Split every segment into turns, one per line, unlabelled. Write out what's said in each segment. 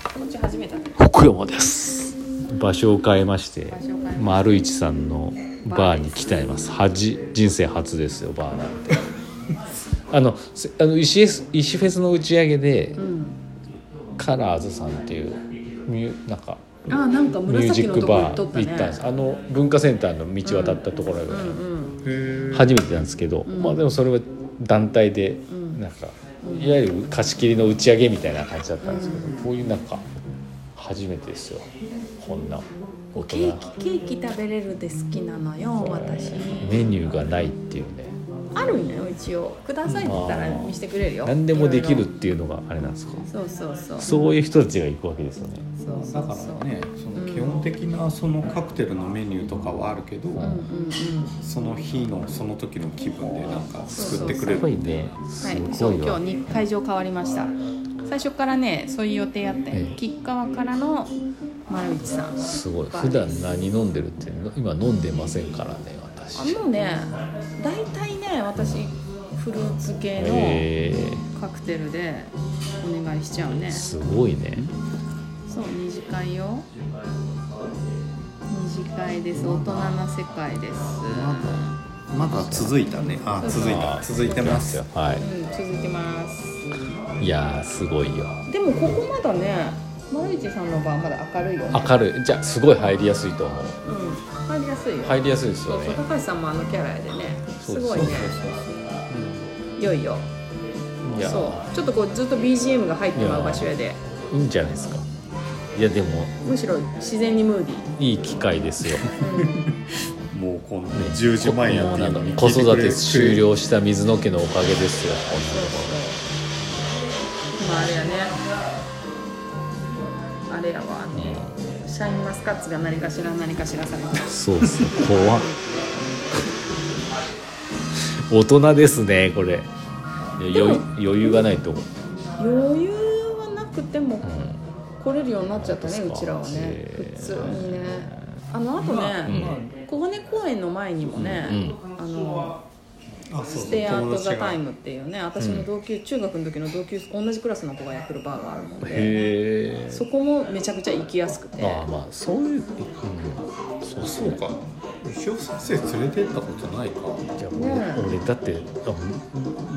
こっち初めてだね
福山です場所を変えまして
場所を変えまして
丸一さんのバーに来ています恥人生初ですよバーなん てあのせあの石石フェスの打ち上げで、
うん
カラーズさんっていうミュなんか
あーなんか
ミュージ
紫
ッ
の
ク
とこ行っと
バー行
っ
っ
ね
たたんです、あの文化センターの道渡ったところ
う
が、
ん
へ
初めてなんですけど、まあでもそれは団体でなんか、いわゆる貸し切りの打ち上げみたいな感じだったんですけど、こういうなんか初めてですよこんな大
ケ
人
ーキケーキ食べれるで好きなのよ私
メニューがないっていうね
あるんだよ一応くださいって言ったら見せてくれるよ
何でもでき
いろ
るっ
い
ていうのがあれなんですか
ろそうそうそうそう
そういう人たちが行くわけですよね
そうそ
だ
う
からねその基本的なそのカクテルのメニューとかはあるけど、
うんうんうん
その日のその時の気分でなんか作ってく
す
れる
ごいね
は
す
い、そ
ご
う
い
今
わ、
日に会場変わりました最初からねそういう予定やって、
ええ
吉川からの丸内さん
すごい普段何飲んでるって今飲んでませんからね私
あもうね大体ね私フルーツ系
え
のカクテルでお願いしちゃうね
ー、すごいね
そう二次会よ二次会です大人な世界です
まだ続いたねあ続いた続いてますよ
う
は
ん続いてます
いいやーすごいよ
でもここまだね丸内さんの場はまだ明るいよね
明るいじゃあすごい入りやすいと思う
うん入りやすいよ
入りやすいです
そ
よ
う
ね
そう高橋さんもあのキャラやでね
そう
すごいね
そう
いよいよ
いや
そうちょっとこうずっと BGM が入ってまう場所やで
いいんじゃないですかいやでも
むしろ自然にムーディー
いい機会です よ、ね、
もうこの10時前やっていうのに
子
聞いてく
育
れる
て終了した水野家のおかげですよこんなとこ
まああれやねあれやわねシャインマスカッツが何かしら何かしらされてる
ろそうっすね怖っ大人ですねこれいや余裕余裕がないと思う、
余裕はなくても
うん
来れるようになっちゃったね
そう
う
です
ち
か
らはね
へえ
普通にねあのあとね小金公園の前にもね、あの
あそう
ステアン
友
ト・ザ・
達
タイ
が
ムっていうね私の同級、中学の時の同級同じクラスの子がやってるバーがあるもんで
へえ
そこもめちゃくちゃ行きやすくて
ああまあそういう、うん、
あそうか牛尾先生連れてったことないか
いや
ね
俺俺だって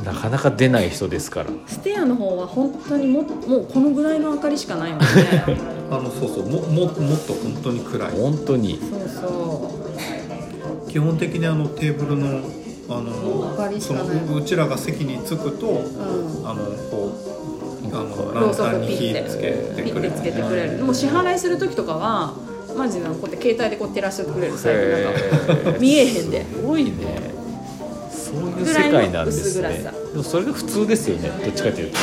あなかなか出ない人ですから
ステアの方は本当にももうこのぐらいの明かりしかないもん ねそう
あのそうそうもももっと本当に暗い
本当に
そう
基本的にあのテーブルのあ
明かり
の
しか
そ
ない
のううちらが席に着くと
うん
あのこうあの
ろ
ラ
う
ン
そ
タ
く
ンに
ピ
火
ッ
つ
て
け
ピ
て
ッ
く
て
れ
つけてくれるもう支払いする時とかはマジでこうやって携帯でこう照らしてくれる最後なんか
へえ
見えへんです
ごいねそういう世界なんです
ぐら
ね
いの薄暗さ
でもそれが普通ですよねどっちかというと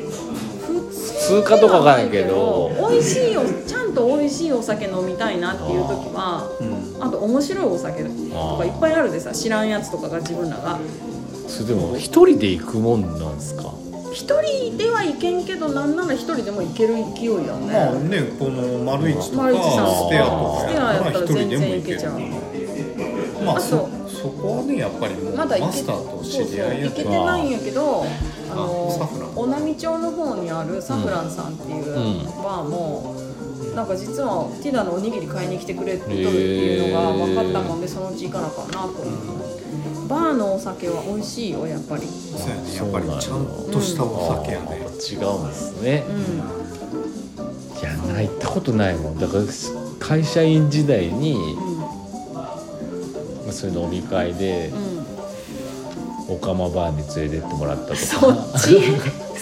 普通
普通かどうかわからないけど
美味しいよちゃんと美味しいお酒飲みたいなっていう時は
うん
あと面白いお酒とかいっぱいあるでさ知らんやつとかが自分らが
それでも一人で行くもんなんですか
一人では行けんけどなんなら一人でも行ける勢いや
まあ
ね
ねこの丸一とか
丸一さん
ステアと
ス
か
テアやった
一
ら
人
全
でも
然
行
行
け
け
る
ちゃう
まあ
あ
そ
と
そこはねやっぱりもう
ま
マ
だ行け
スターと
そう
知
そう
り合いや
行
か
けて
ら
ないんやけどあ
サフラ
の
ン
小波町の方にあるサフランさんっていう
うん
バーも、なんか実はティダのおにぎり買いに来てくれてるっていうのが分かったもんでそのうち行かなあかんなと思うバーのお酒は美味しいよやっぱり
そうやねやっぱりちゃんとしたお酒やね
あー違うんですね
うん
いやない行ったことないもんだから会社員時代に
うん
まあそういう飲み会で
うん
オカマバーに連れてってもらったとか
そっ ち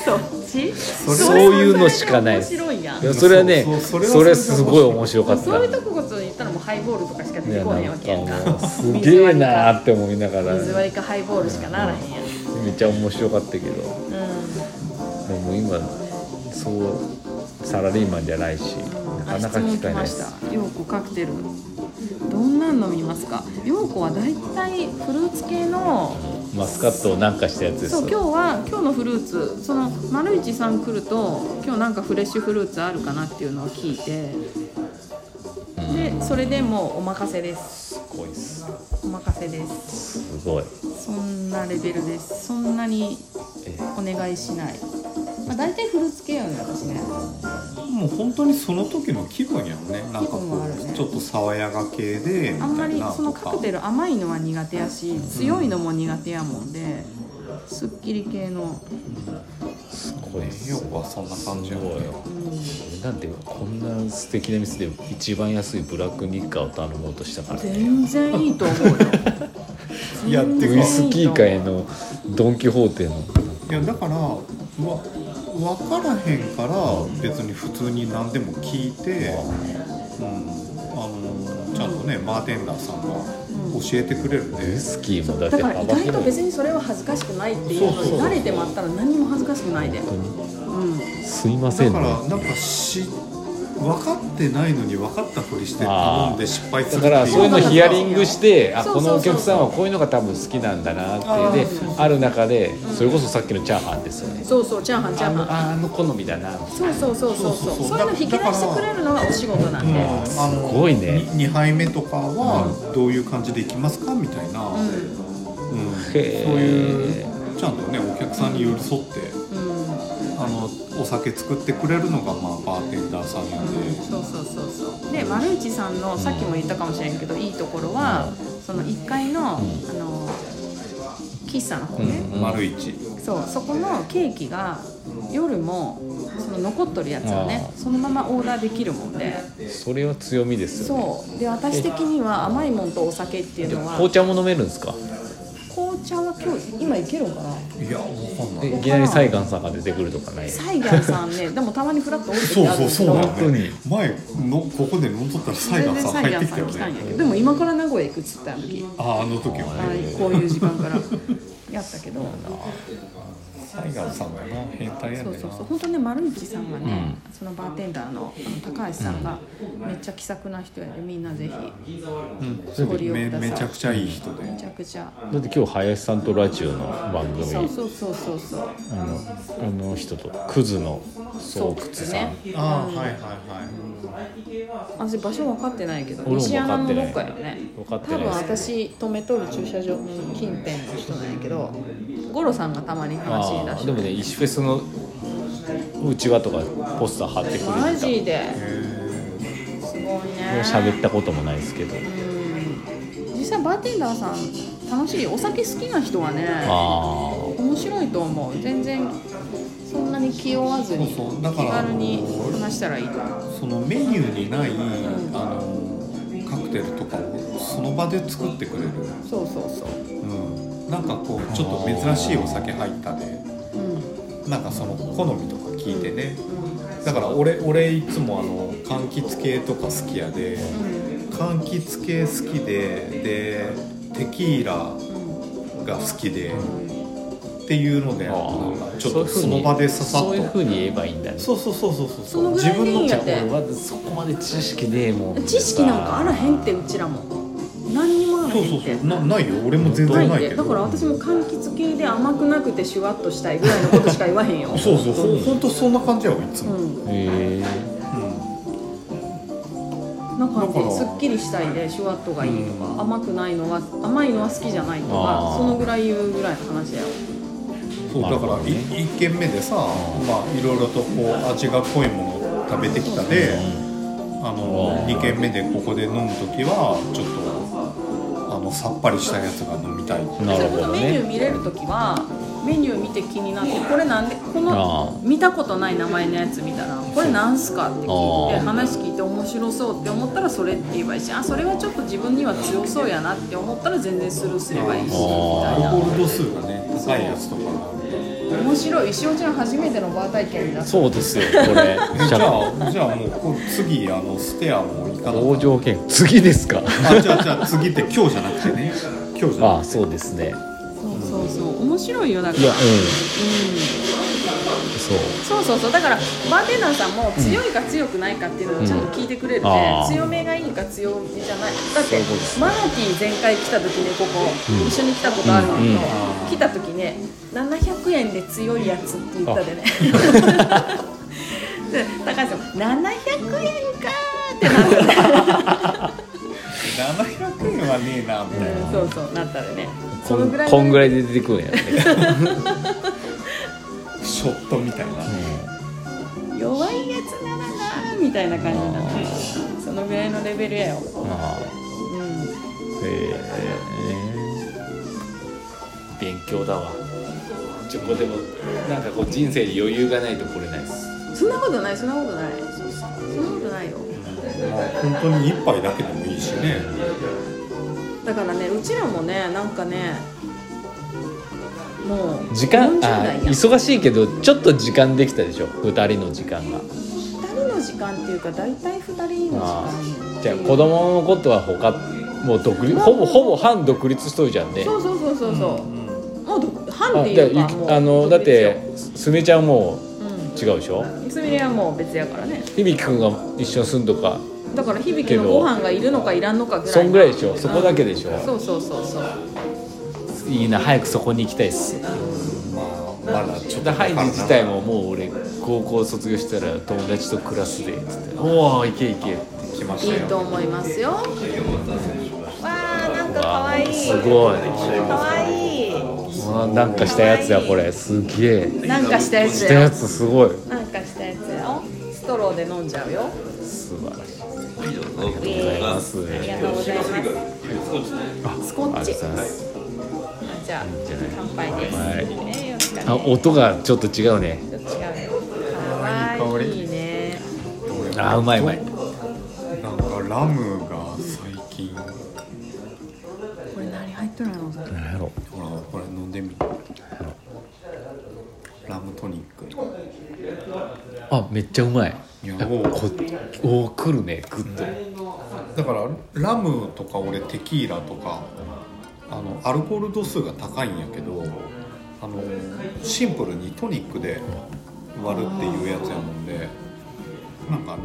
そっちそ
れ
そういうのしかない
面白いやん
いやそれはね
そうそ
そ
れは
れすごい面白かった
そういうとこに行ったらもうハイボールとかしか
い
出て
や
こへん
な
わ
ん
けやん
かも
か
うすげえなーって思いながら
水割りかハイボールしかならへんやん、
めっちゃ面白かったけど
う
でも今そうサラリーマンじゃないし
ん、
なかなか機会な
あ
いで
質
す
問来ました陽子カクテルどんなん飲みますか陽子はだいたいフルーツ系の
マスカットをなんかしたやつです
そう今日は今日のフルーツその丸一さん来ると今日なんかフレッシュフルーツあるかなっていうのを聞いてでそれでもうお任せです
すごいっす
お任せです
すごい
そんなレベルですそんなに
え
お願いしないまあ、大体フルーツ系よね私ね
もう本当にその時の気分やんねなんかこ
気分はある
う、
ね
ちょっと爽やか系でみ
あんま
たい
り
な
その
と
カ
か
クテル甘いのは苦手やし強いのも苦手やもんですっきり系の、
すごいっす
栄養価はそんな感じやね
すごいよなんでこんな素敵な店で一番安いブラックニッカーを頼もうとしたからね
全然いいと思 うよ
いやて
ウ
か
イスキー界のドン・キホーテの
いやだからわ分からへんから別に普通に何でも聞いて、うん、あのちゃんとねバーテンダーさんが教えてくれるんで、
ウイスキーもだっ
だ
て
から意外
幅
と
広い
別にそれは恥ずかしくないっていうのに慣れてもらったら何も恥ずかしくないで
本当に
うん
すいませ
だ
ん
か
ね
らなんかし分かってないのに分かったふりして頼んで失敗する
だ
っ
から
ていう
そういうのヒアリングしてあ
そうそ
こ
うそう
のお客さんはこういうのが多分好きなんだな
あ
っていうで
ー
ある中でそれこそさっきのチャーハンですよね
そうそうチャーハンチャ
あ
ーハン
のあの好みだな
そうそうそうそうそう
そうそうそ
そう
う
いうの引き出してくれるのがお仕事なんで、
うんあの
すごいね
に2杯目とかはどういう感じでいきますかみたいな、うんそう
へー
いうちゃんとねお客さんに寄り添って
うんうん
あのお酒作ってくれるのが、まあ、バーテンダーさんなんで、
そうそうそうそうで丸内さんのさっきも言ったかもしれんけどいいところはその1階のあの喫茶の方ね、
うん
丸一
そうそこのケーキが夜もその残っとるやつをね
あ
そのままオーダーできるもんで
それは強みですよね
そうで私的には甘いもんとお酒っていうのは
紅茶も飲めるんですか
紅茶は今日今いけるんか ない
やわかんな
え
い
いきなりサイガンさんが出てくるとかない
サイガンさんねでもたまにフラッと降りてき
そう
てあるん
そ
ですけ
うそう
ど
な
本当に
のね前のここで飲んどったらサイ
全
ガン
然
さん
サイ
入っ
ガ
て
ン
き
さ
た
ん来たんや
よね
けどでも今から名古屋行くっつってあの時
ああの時は
は
ね
い、こういう時間から やったけど、
サイガンさんがな変態や
そ
ねん
う
な
そうそう本当ね丸内さんがね、そのバーテンダーのあの高橋さんがめっちゃ気さくな人やでみんなぜひ
うん
ご利用
め
ください
めちゃくちゃいい人で
めちゃくちゃ
だって今日林さんとラジオの番組
そうそうそうそうそう
あのあの人とクズの巣窟さん
ああはいはいは
私場所分かってないけど
俺も
西山のど
分
っ
か
か
って
よ
ない
ね
分
多
かってない
分私止めとる駐車場近辺の人なんやけど五郎さんがたまに話に出
あ
し
ー
て
でもね石フェスのうちわとかポスター貼ってくれてた
マジですごいね
喋ったこともないですけど
実際バーテンダーさん楽しいお酒好きな人はね
あ
面白いと思う全然そんなに気負わずに
そうそうだから
気軽に話したらいいと思う
いそのメニューにないあのカクテルとかをその場で作ってくれる、
そうそうそう
うん、なんかこうちょっと珍しいお酒入ったで
うん
なんかその好みとか聞いてねだから俺俺いつもあの柑橘系とか好きやで柑橘系好きででテキーラが好きでっていうの
ー
でなん
あ
か
ー
ちょっとその場でささっ
そういう
と
ふうに言えばいいんだね
そうそうそうそうそう
そのぐらいでいいんや
自分の
で
俺まずそこまで知識ねえもん
知識なんかあらへんってうちらも何にもあらへ
そ
ん
う
って
そうそうなないよ俺も全然
な
ないい
で
け
だ
ど
から私も柑橘系で甘くなくてシュワッとしたいぐらいのことしか言わへんよ
そうそうほんほんとそんな感じやわいつ
う
も、
ん
へえ
なんか
だから
すっきりしたいでシュワッとがいいとか、甘くないのは甘いのは好きじゃないと
あ
か
ー
そのぐらい言うぐらいの話だよ
そうだからい一軒目でさ、まあ、いろいろとこう味が濃いものを食べてきたで、あの2軒目でここで飲む時はちょっとあのさっぱりしたやつが飲みたい
なる
そ
ほ
れこそ
ど
メニュー
ね
見れる時はメニュー見て気になってこれなんでこ
あ
の
ー
見たことない名前のやつ見たらこれなんすかって聞いて
あー
話聞いて面白そうって思ったらそれって言えばいいしあそれはちょっと自分には強そうやなって思ったら全然スルーすればいいしみ
あー
た
ア
いな
ルコール度数がね高いやつとかがあるんで
面白い石尾ちゃん初めてのバー体験だった
そうですよこ れ
えじゃあじゃあもうこ次あのステアも行かな
往生券次ですか
あじゃあじゃあ次って今日じゃなくてね今日じゃ
あ
な
あ
くて
そうですね
そうそうそう面白いよだから
いやうん
うん
そう
そうそうそうだからバーテンダーさんも強いか強くないかっていうのをちゃんと聞いてくれるで、
うんあー
強めがいいか強めじゃないだって
そういうことです
マナティー前回来た時にここ、一緒に来たことあるのと、
うんうん
来た時ね700円で強いやつって言ったでね で高橋さんも「700円か!」ってなったね
700円はねえなみたいな
そうそうなったでね
こ
その
ん
ぐらい
こんぐ
い
らいで出てくるんやね
しショットみたいな、
弱いやつならなみたいな感じな
あ
のそのぐらいのレベルやよ、
あ
う
えー勉強だわちょこでもなんかこう人生に余裕がないと来れないです
ん、そんなことないそんなことないそんなことないよ
まあ、本当に1杯だけでもいいしね
だからねうちらもねなんかねもう
時間
40
あ
代や2
忙しいけどちょっと時間できたでしょ2人の時間が
人の時間っていうか大体2人の時間
あ
っていう
じゃあ子供のことは他もう独立ほぼほぼ反独立しとるじゃんね
そうそうそうそうそう、もうど半
あ
って
じゃあ
いう
ゆ
か
き
もう
あの
独
だっ
立よ
てすみれちゃんも
う
違うでしょ
んいつみれはもう別やからね
響くんが一緒に住んとか
だから響きのご飯がいるのかいらんのかぐらい
そんぐらいでし
ょ
ょそこだけでしょ
そうそうそうそう
いいな早くそこに行きたいっす
まあまだちょっと
ハイジ自体ももう俺高校卒業したら友達と暮らすでっつって「おお行け行け」って
来まし
いい
た
と
よ
思いますよわあなんかかわ
わ
い
ー
い
すごい
かわいい
わーなんかしたやつだこれすげえ
なんかしたやつ
した
や
や
よ
つすごい
なんかしたやつやよストローで飲んじゃうよ
素晴らしい
ありがとうござい
あ
ます
す
あり
ね
がとうございますスコ
あ
ッ
りがと
チ
うございます
あじゃあ
いんじゃない
乾杯です
はい
えよしか
あ
ね
音がちょっと違うね
ちょっと違うよかわいいね
あうまいうまい
なんかラムが最近ほ
これ何入っとるの
何やろ
らこれ飲んでみラムトニック
あめっちゃうまい
いや
あ
おう
こおー来るねグッと
だからラムとか俺テキーラとかあのアルコール度数が高いんやけどあのシンプルにトニックで割るっていうやつやもんでなんか